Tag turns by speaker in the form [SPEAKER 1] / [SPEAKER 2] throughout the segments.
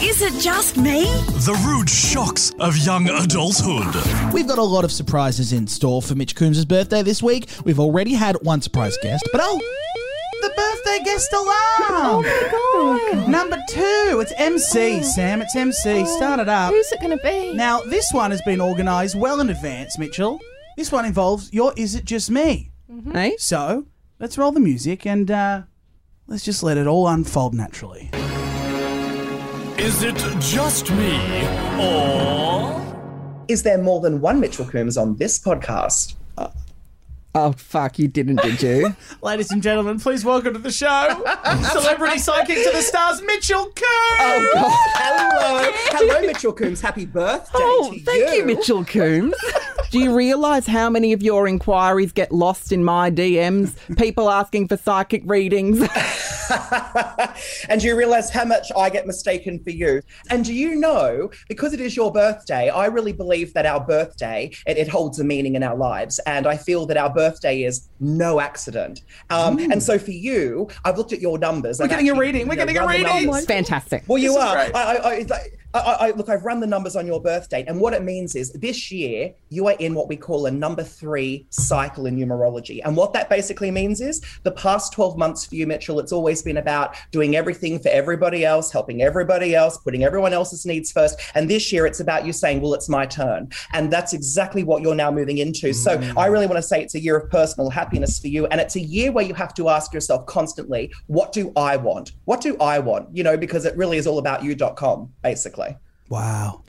[SPEAKER 1] Is it just me?
[SPEAKER 2] The rude shocks of young adulthood.
[SPEAKER 3] We've got a lot of surprises in store for Mitch Coombs' birthday this week. We've already had one surprise guest, but oh,
[SPEAKER 4] The birthday guest alarm. Oh my god. Number two. It's MC, Sam. It's MC. Start it up.
[SPEAKER 5] Who's it going to be?
[SPEAKER 4] Now, this one has been organised well in advance, Mitchell. This one involves your Is It Just Me?
[SPEAKER 6] Eh?
[SPEAKER 4] So, let's roll the music and uh, let's just let it all unfold naturally.
[SPEAKER 2] Is it just me or
[SPEAKER 7] Is there more than one Mitchell Coombs on this podcast?
[SPEAKER 6] Oh fuck, you didn't, did you?
[SPEAKER 4] Ladies and gentlemen, please welcome to the show celebrity psychic to the stars, Mitchell Coon.
[SPEAKER 7] Oh God! Hello, hello, Mitchell Coombs. Happy birthday
[SPEAKER 6] oh,
[SPEAKER 7] to
[SPEAKER 6] thank you,
[SPEAKER 7] you
[SPEAKER 6] Mitchell Coombs. Do you realise how many of your inquiries get lost in my DMs? People asking for psychic readings.
[SPEAKER 7] Oh and do you realize how much I get mistaken for you? And do you know, because it is your birthday, I really believe that our birthday, it, it holds a meaning in our lives. And I feel that our birthday is no accident. Um, And so for you, I've looked at your numbers. We're
[SPEAKER 4] getting a reading. Mm. We're getting a reading. Oh
[SPEAKER 6] It's fantastic.
[SPEAKER 7] Well, you
[SPEAKER 4] This is
[SPEAKER 7] are. I,
[SPEAKER 4] great.
[SPEAKER 7] I, I, it's like- I, I, I- look, I've run the numbers on your birth date, and what it means is this year you are in what we call a number three cycle in numerology. And what that basically means is the past 12 months for you, Mitchell, it's always been about doing everything for everybody else, helping everybody else, putting everyone else's needs first. And this year it's about you saying, Well, it's my turn. And that's exactly what you're now moving into. So I really want to say it's a year of personal happiness for you. And it's a year where you have to ask yourself constantly, What do I want? What do I want? You know, because it really is all about you.com, basically.
[SPEAKER 4] Wow.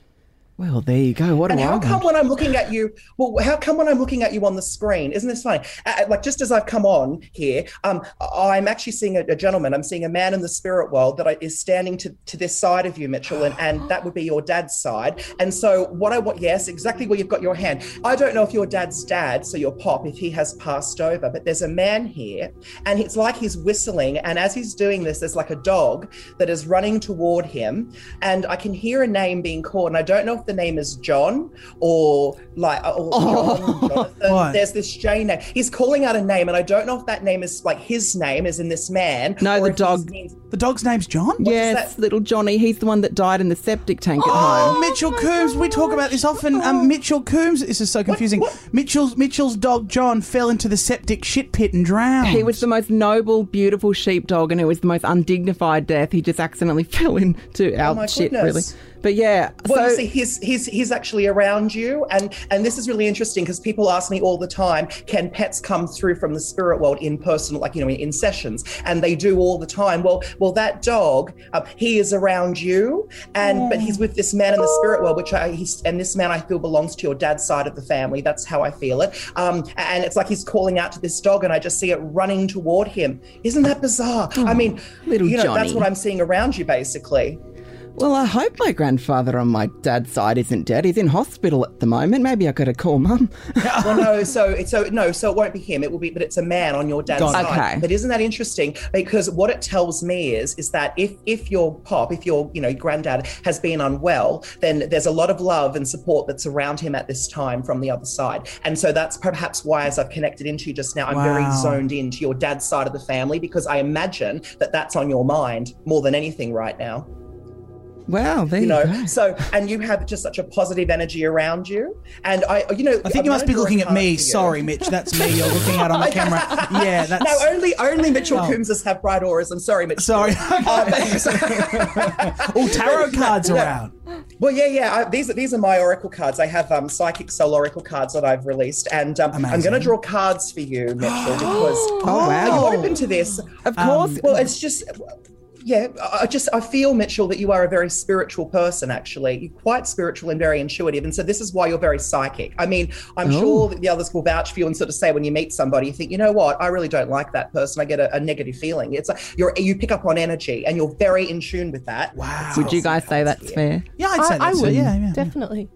[SPEAKER 6] Well, there you go. What
[SPEAKER 7] And
[SPEAKER 6] do I
[SPEAKER 7] how come
[SPEAKER 6] want?
[SPEAKER 7] when I'm looking at you? Well, how come when I'm looking at you on the screen? Isn't this funny? Uh, uh, like just as I've come on here, um, I- I'm actually seeing a, a gentleman. I'm seeing a man in the spirit world that I, is standing to, to this side of you, Mitchell, and, and that would be your dad's side. And so what I want, yes, exactly where you've got your hand. I don't know if your dad's dad, so your pop, if he has passed over, but there's a man here, and it's like he's whistling, and as he's doing this, there's like a dog that is running toward him, and I can hear a name being called, and I don't know if the name is John or like or
[SPEAKER 6] Oh.
[SPEAKER 7] John, Jonathan.
[SPEAKER 4] Right.
[SPEAKER 7] There's this J name. He's calling out a name, and I don't know if that name is like his name is in this man.
[SPEAKER 6] No, the
[SPEAKER 7] or if his
[SPEAKER 6] dog.
[SPEAKER 7] name's-
[SPEAKER 4] The dog's name's John?
[SPEAKER 6] Yes, little Johnny. He's the one that died in the septic tank at
[SPEAKER 4] Oh,
[SPEAKER 6] home.
[SPEAKER 4] Mitchell Coombs. We talk about this often. Um, Mitchell Coombs. This is so confusing. Mitchell's Mitchell's dog John fell into the septic shit pit and drowned.
[SPEAKER 6] He was the most noble, beautiful sheepdog, and it was the most undignified death. He just accidentally fell into our
[SPEAKER 7] Oh my
[SPEAKER 6] shit,
[SPEAKER 7] goodness.
[SPEAKER 6] really. But yeah,
[SPEAKER 7] Well, you
[SPEAKER 6] so
[SPEAKER 7] see, he's he's he's actually around you, and and this is really interesting because people ask me all the time, can pets come through from the spirit world in person, like you know, in, in sessions, and they do all the time. Well, well, that dog, um, he is around you, and but
[SPEAKER 6] Mm.
[SPEAKER 7] he's with this man in the spirit world, which I he's and this man I feel belongs to your dad's side of the family. That's how I feel it. Um, and it's like he's calling out to this dog, and I just see it running toward him. Isn't that bizarre? I mean,
[SPEAKER 6] Oh, little
[SPEAKER 7] you know, that's
[SPEAKER 6] Johnny.
[SPEAKER 7] what I'm seeing around you, basically.
[SPEAKER 6] well, I hope my grandfather on my dad's side isn't dead. He's in hospital at the moment. Maybe I could have called mum.
[SPEAKER 7] well, no, so it's so no, so it won't be him. It will be, but it's a man on your dad's
[SPEAKER 6] Got it.
[SPEAKER 7] side.
[SPEAKER 6] Okay.
[SPEAKER 7] But isn't that interesting? Because what it tells me is, is that if if your pop, if your you know granddad has been unwell, then there's a lot of love and support that's around him at this time from the other side. And so that's perhaps why, as I've connected into you just now, I'm very
[SPEAKER 4] Wow.
[SPEAKER 7] zoned into your dad's side of the family because I imagine that that's on your mind more than anything right now
[SPEAKER 6] Wow, there you,
[SPEAKER 7] you know
[SPEAKER 6] go.
[SPEAKER 7] so and you have just such a positive energy around you and i you know
[SPEAKER 4] I think you must be
[SPEAKER 7] I'm
[SPEAKER 4] looking
[SPEAKER 7] very
[SPEAKER 4] at me.
[SPEAKER 7] proud of you.
[SPEAKER 4] Sorry, Mitch. That's me. You're looking out on the camera. Yeah, that's.
[SPEAKER 7] no only only mitchell coombeses have bright auras i'm sorry mitch
[SPEAKER 4] Sorry.
[SPEAKER 7] um,
[SPEAKER 4] oh, tarot cards are out.
[SPEAKER 7] well, yeah, yeah. I, these are these are my oracle cards. I have um, psychic soul oracle cards that I've released, and um, I'm
[SPEAKER 4] Amazing.
[SPEAKER 7] going to draw cards for you, Mitchell, because oh
[SPEAKER 6] wow.
[SPEAKER 7] are you open to this?
[SPEAKER 6] Of course.
[SPEAKER 7] Well, it's just, yeah, I I just, I feel, Mitchell, that you are a very spiritual person, actually. You're quite spiritual and very intuitive. And so this is why you're very psychic. I mean, I'm
[SPEAKER 6] Oh.
[SPEAKER 7] sure that the others will vouch for you and sort of say when you meet somebody, you think, you know what, I really don't like that person. I get a, a negative feeling. It's like you're, you pick up on energy and you're very in tune with that.
[SPEAKER 4] Wow.
[SPEAKER 6] Um, Would you guys say that's fair?
[SPEAKER 4] Yeah, I'd say that.
[SPEAKER 5] I
[SPEAKER 4] so,
[SPEAKER 5] would.
[SPEAKER 4] Yeah, yeah.
[SPEAKER 5] Definitely.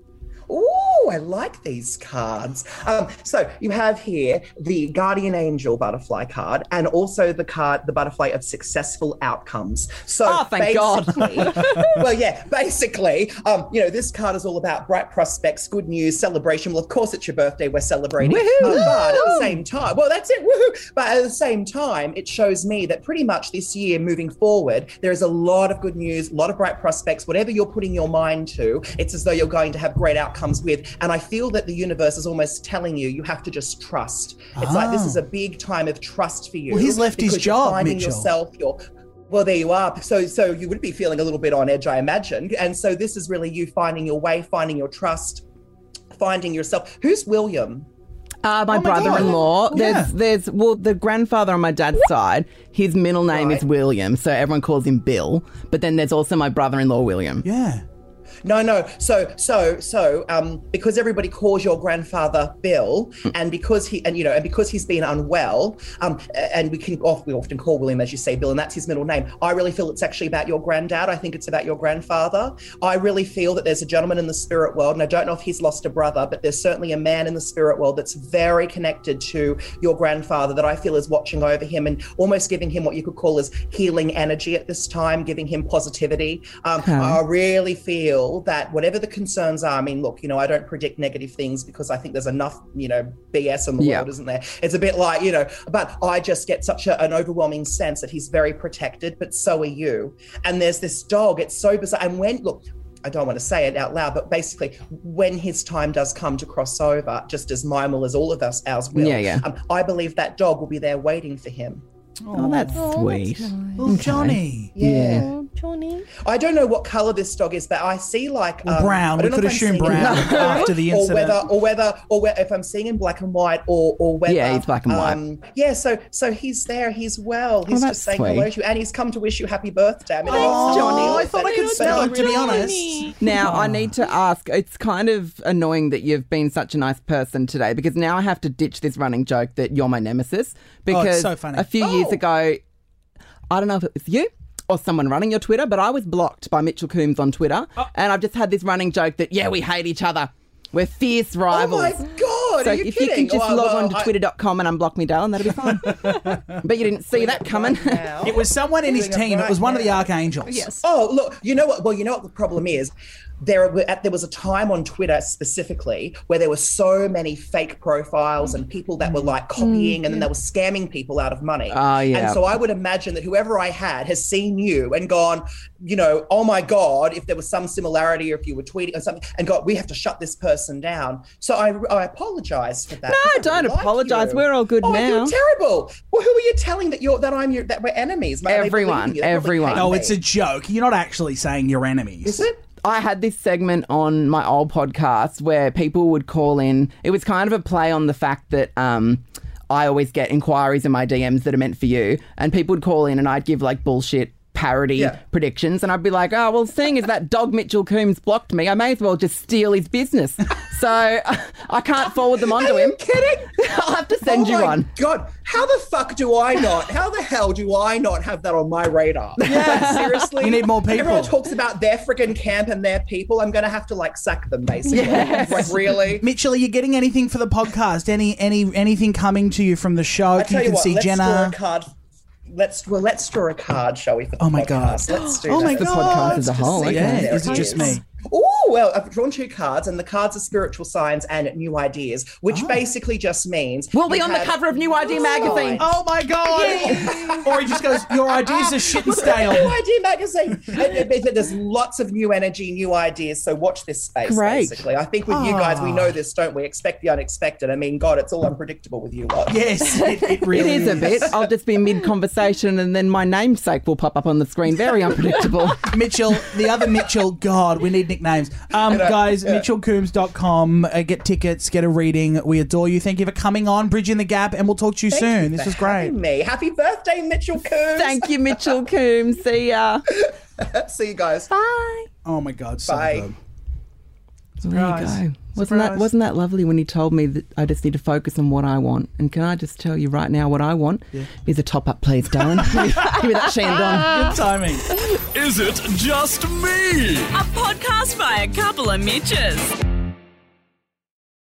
[SPEAKER 7] Ooh, I like these cards. Um, so you have here the Guardian Angel butterfly card, and also the card, the butterfly of successful outcomes. So
[SPEAKER 6] Oh, thank God. Uh,
[SPEAKER 7] basically, well, yeah, basically, um, you know, this card is all about bright prospects, good news, celebration. Well, of course, it's your birthday. We're celebrating.
[SPEAKER 6] Woohoo!
[SPEAKER 7] Uh, but at the same time, well, that's it. Woohoo! But at the same time, it shows me that pretty much this year, moving forward, there is a lot of good news, a lot of bright prospects. Whatever you're putting your mind to, it's as though you're going to have great outcomes with. And I feel that the universe is almost telling you, you have to just trust. It's like this is a big time of trust for you.
[SPEAKER 4] Ah. Well, he's left his
[SPEAKER 7] because you're
[SPEAKER 4] job,
[SPEAKER 7] finding
[SPEAKER 4] Mitchell.
[SPEAKER 7] Yourself, you're well, there you are. So, so you would be feeling a little bit on edge, I imagine. And so, this is really you finding your way, finding your trust, finding yourself. Who's William?
[SPEAKER 6] Uh, my, brother-in-law. There's, there's, well, the grandfather on my dad's side. His middle name is William, so everyone calls him Bill. But then there's also my brother-in-law William.
[SPEAKER 4] Yeah.
[SPEAKER 7] No, no. So, so, so, um, because everybody calls your grandfather Bill, and because he, and you know, and because he's been unwell, um, a- and we can, of- we often call William, as you say, Bill, and that's his middle name. I really feel it's actually about your granddad. I think it's about your grandfather. I really feel that there's a gentleman in the spirit world, and I don't know if he's lost a brother, but there's certainly a man in the spirit world that's very connected to your grandfather that I feel is watching over him and almost giving him what you could call as healing energy at this time, giving him positivity. Um, I really feel that whatever the concerns are, I mean, look, you know, I don't predict negative things because I think there's enough, you know, BS in the
[SPEAKER 6] Yeah.
[SPEAKER 7] world, isn't there? It's a bit like, you know, but I just get such a, an overwhelming sense that he's very protected, but so are you. And there's this dog, it's so bizarre. And when, look, I don't want to say it out loud, but basically, when his time does come to cross over, just as mine will, as all of us, ours will,
[SPEAKER 6] Yeah, yeah.
[SPEAKER 7] Um, I believe that dog will be there waiting for him.
[SPEAKER 6] Oh, that's sweet.
[SPEAKER 4] Little Johnny.
[SPEAKER 7] Yeah.
[SPEAKER 1] Oh, Johnny.
[SPEAKER 7] I don't know what color this dog is, but I see like um,
[SPEAKER 4] brown.
[SPEAKER 7] I
[SPEAKER 4] We
[SPEAKER 7] don't know
[SPEAKER 4] could
[SPEAKER 7] if I'm
[SPEAKER 4] assume
[SPEAKER 7] seeing
[SPEAKER 4] brown
[SPEAKER 7] in black and white
[SPEAKER 4] after the
[SPEAKER 7] Or
[SPEAKER 4] incident.
[SPEAKER 7] whether, or whether, or whether, if I'm seeing in black and white, or or whether,
[SPEAKER 6] Yeah, he's black and white. Oh,
[SPEAKER 7] white. Yeah, so so he's there. He's well. He's
[SPEAKER 6] that's
[SPEAKER 7] just saying hello
[SPEAKER 6] sweet.
[SPEAKER 7] to you, and he's come to wish you happy birthday. I mean,
[SPEAKER 4] Thanks, Oh, Johnny. I thought I could
[SPEAKER 7] But-
[SPEAKER 4] smell it, to be honest.
[SPEAKER 1] Johnny.
[SPEAKER 6] Now, I need to ask it's kind of annoying that you've been such a nice person today because now I have to ditch this running joke that you're my nemesis.
[SPEAKER 7] Oh,
[SPEAKER 6] Because
[SPEAKER 4] so funny.
[SPEAKER 6] a few years ago, I don't know if it was you or someone running your Twitter, but I was blocked by Mitchell Coombs on Twitter.
[SPEAKER 7] Oh.
[SPEAKER 6] And I've just had this running joke that, yeah, we hate each other. We're fierce
[SPEAKER 7] Oh
[SPEAKER 6] rivals.
[SPEAKER 7] my god!
[SPEAKER 6] So
[SPEAKER 7] are you
[SPEAKER 6] if
[SPEAKER 7] kidding?
[SPEAKER 6] you can just
[SPEAKER 7] Oh,
[SPEAKER 6] log
[SPEAKER 7] well,
[SPEAKER 6] on to
[SPEAKER 7] I-
[SPEAKER 6] twitter.com and unblock me, Dale, that'll be fine. but you didn't see that coming.
[SPEAKER 7] now.
[SPEAKER 4] It was someone in his
[SPEAKER 7] Doing it
[SPEAKER 4] team. It was
[SPEAKER 7] right
[SPEAKER 4] one of the
[SPEAKER 7] now.
[SPEAKER 4] archangels.
[SPEAKER 1] Yes.
[SPEAKER 7] Oh, look, you know what? Well, you know what the problem is? There, were, at- there was a time on Twitter specifically where there were so many fake profiles and people that were like copying and then they were scamming people out of money.
[SPEAKER 6] Mm-hmm. Ah, yeah.
[SPEAKER 7] And so I would imagine that whoever I had has seen you and gone, you know, oh my God, if there was some similarity or if you were tweeting or something and got, we have to shut this person down. So I, I apologize for that.
[SPEAKER 6] No,
[SPEAKER 7] I
[SPEAKER 6] don't
[SPEAKER 7] like
[SPEAKER 6] apologise.
[SPEAKER 7] you.
[SPEAKER 6] We're all good
[SPEAKER 7] oh,
[SPEAKER 6] now.
[SPEAKER 7] I feel terrible. Well, who are you telling that you're, that I'm your, that we're enemies? Mate, they believe
[SPEAKER 6] Everyone,
[SPEAKER 7] you. They probably
[SPEAKER 6] everyone.
[SPEAKER 7] hate
[SPEAKER 4] No,
[SPEAKER 7] me.
[SPEAKER 4] Oh, it's a joke. You're not actually saying you're enemies.
[SPEAKER 7] Is it?
[SPEAKER 6] I had this segment on my old podcast where people would call in. It was kind of a play on the fact that um, I always get inquiries in my DMs that are meant for you, and people would call in and I'd give like bullshit parody
[SPEAKER 7] Yeah.
[SPEAKER 6] predictions, and I'd be like, "Oh well, seeing as that dog Mitchell Coombs blocked me, I may as well just steal his business." so I can't forward them on to
[SPEAKER 7] Are
[SPEAKER 6] him.
[SPEAKER 7] you kidding?
[SPEAKER 6] I'll have to send
[SPEAKER 7] oh
[SPEAKER 6] you
[SPEAKER 7] my
[SPEAKER 6] one.
[SPEAKER 7] God, how the fuck do I not? How the hell do I not have that on my radar? Like, seriously,
[SPEAKER 4] You need more people.
[SPEAKER 7] Everyone talks about their freaking camp and their people. I'm gonna have to like sack them basically.
[SPEAKER 6] Yes.
[SPEAKER 7] Like really.
[SPEAKER 4] Mitchell, are you getting anything for the podcast? Any any anything coming to you from the show?
[SPEAKER 7] I tell you,
[SPEAKER 4] can
[SPEAKER 7] what,
[SPEAKER 4] see
[SPEAKER 7] let's draw
[SPEAKER 4] Jenna.
[SPEAKER 7] a card. Let's well, let's draw a card, shall we? For the
[SPEAKER 4] Oh my
[SPEAKER 7] podcast?
[SPEAKER 4] God.
[SPEAKER 7] Let's do
[SPEAKER 4] Oh
[SPEAKER 7] that.
[SPEAKER 4] my
[SPEAKER 6] The
[SPEAKER 4] God.
[SPEAKER 6] podcast as a
[SPEAKER 7] Let's just
[SPEAKER 6] whole.
[SPEAKER 7] see.
[SPEAKER 6] okay.
[SPEAKER 4] Yeah,
[SPEAKER 7] There
[SPEAKER 4] is it
[SPEAKER 7] it
[SPEAKER 4] just
[SPEAKER 7] is.
[SPEAKER 4] me?
[SPEAKER 7] Oh, well, I've drawn two cards, and the cards are spiritual signs and new ideas,
[SPEAKER 4] Oh.
[SPEAKER 7] which basically just means
[SPEAKER 6] We'll be
[SPEAKER 7] you
[SPEAKER 6] on the
[SPEAKER 7] have-
[SPEAKER 6] cover of New Idea magazine.
[SPEAKER 4] Oh
[SPEAKER 7] Oh,
[SPEAKER 4] my god! or he just goes, "Your ideas are shit and stale."
[SPEAKER 7] New idea magazine. It- it means that there's lots of new energy, new ideas. So watch this space.
[SPEAKER 6] Great.
[SPEAKER 7] Basically, I think with you guys, we know this, don't we? Expect the unexpected. I mean, God, it's all unpredictable with you lot.
[SPEAKER 4] Yes, it, it really
[SPEAKER 6] It is a bit. I'll just be mid conversation and then my namesake will pop up on the screen. Very unpredictable.
[SPEAKER 4] Mitchell, the other Mitchell, God, we need nicknames. Um, guys, mitchellcoombs.com. Uh, get tickets, get a reading. We adore you. Thank you for coming on, Bridging the Gap, and we'll talk to you
[SPEAKER 7] Thank
[SPEAKER 4] soon.
[SPEAKER 7] you
[SPEAKER 4] this
[SPEAKER 7] for
[SPEAKER 4] was great.
[SPEAKER 7] having Me. Happy birthday, Mitchell Coombs.
[SPEAKER 6] Thank you, Mitchell Coombs. See ya.
[SPEAKER 7] See you guys.
[SPEAKER 6] Bye.
[SPEAKER 4] Oh my God, so
[SPEAKER 7] Bye.
[SPEAKER 4] good.
[SPEAKER 6] There you go. Wasn't that, wasn't that lovely when he told me that I just need to focus on what I want? And can I just tell you right now what I want is a top up, please, darling. Give me that Shandon.
[SPEAKER 4] Good timing.
[SPEAKER 2] Is it just me?
[SPEAKER 1] A podcast by a couple of Mitches.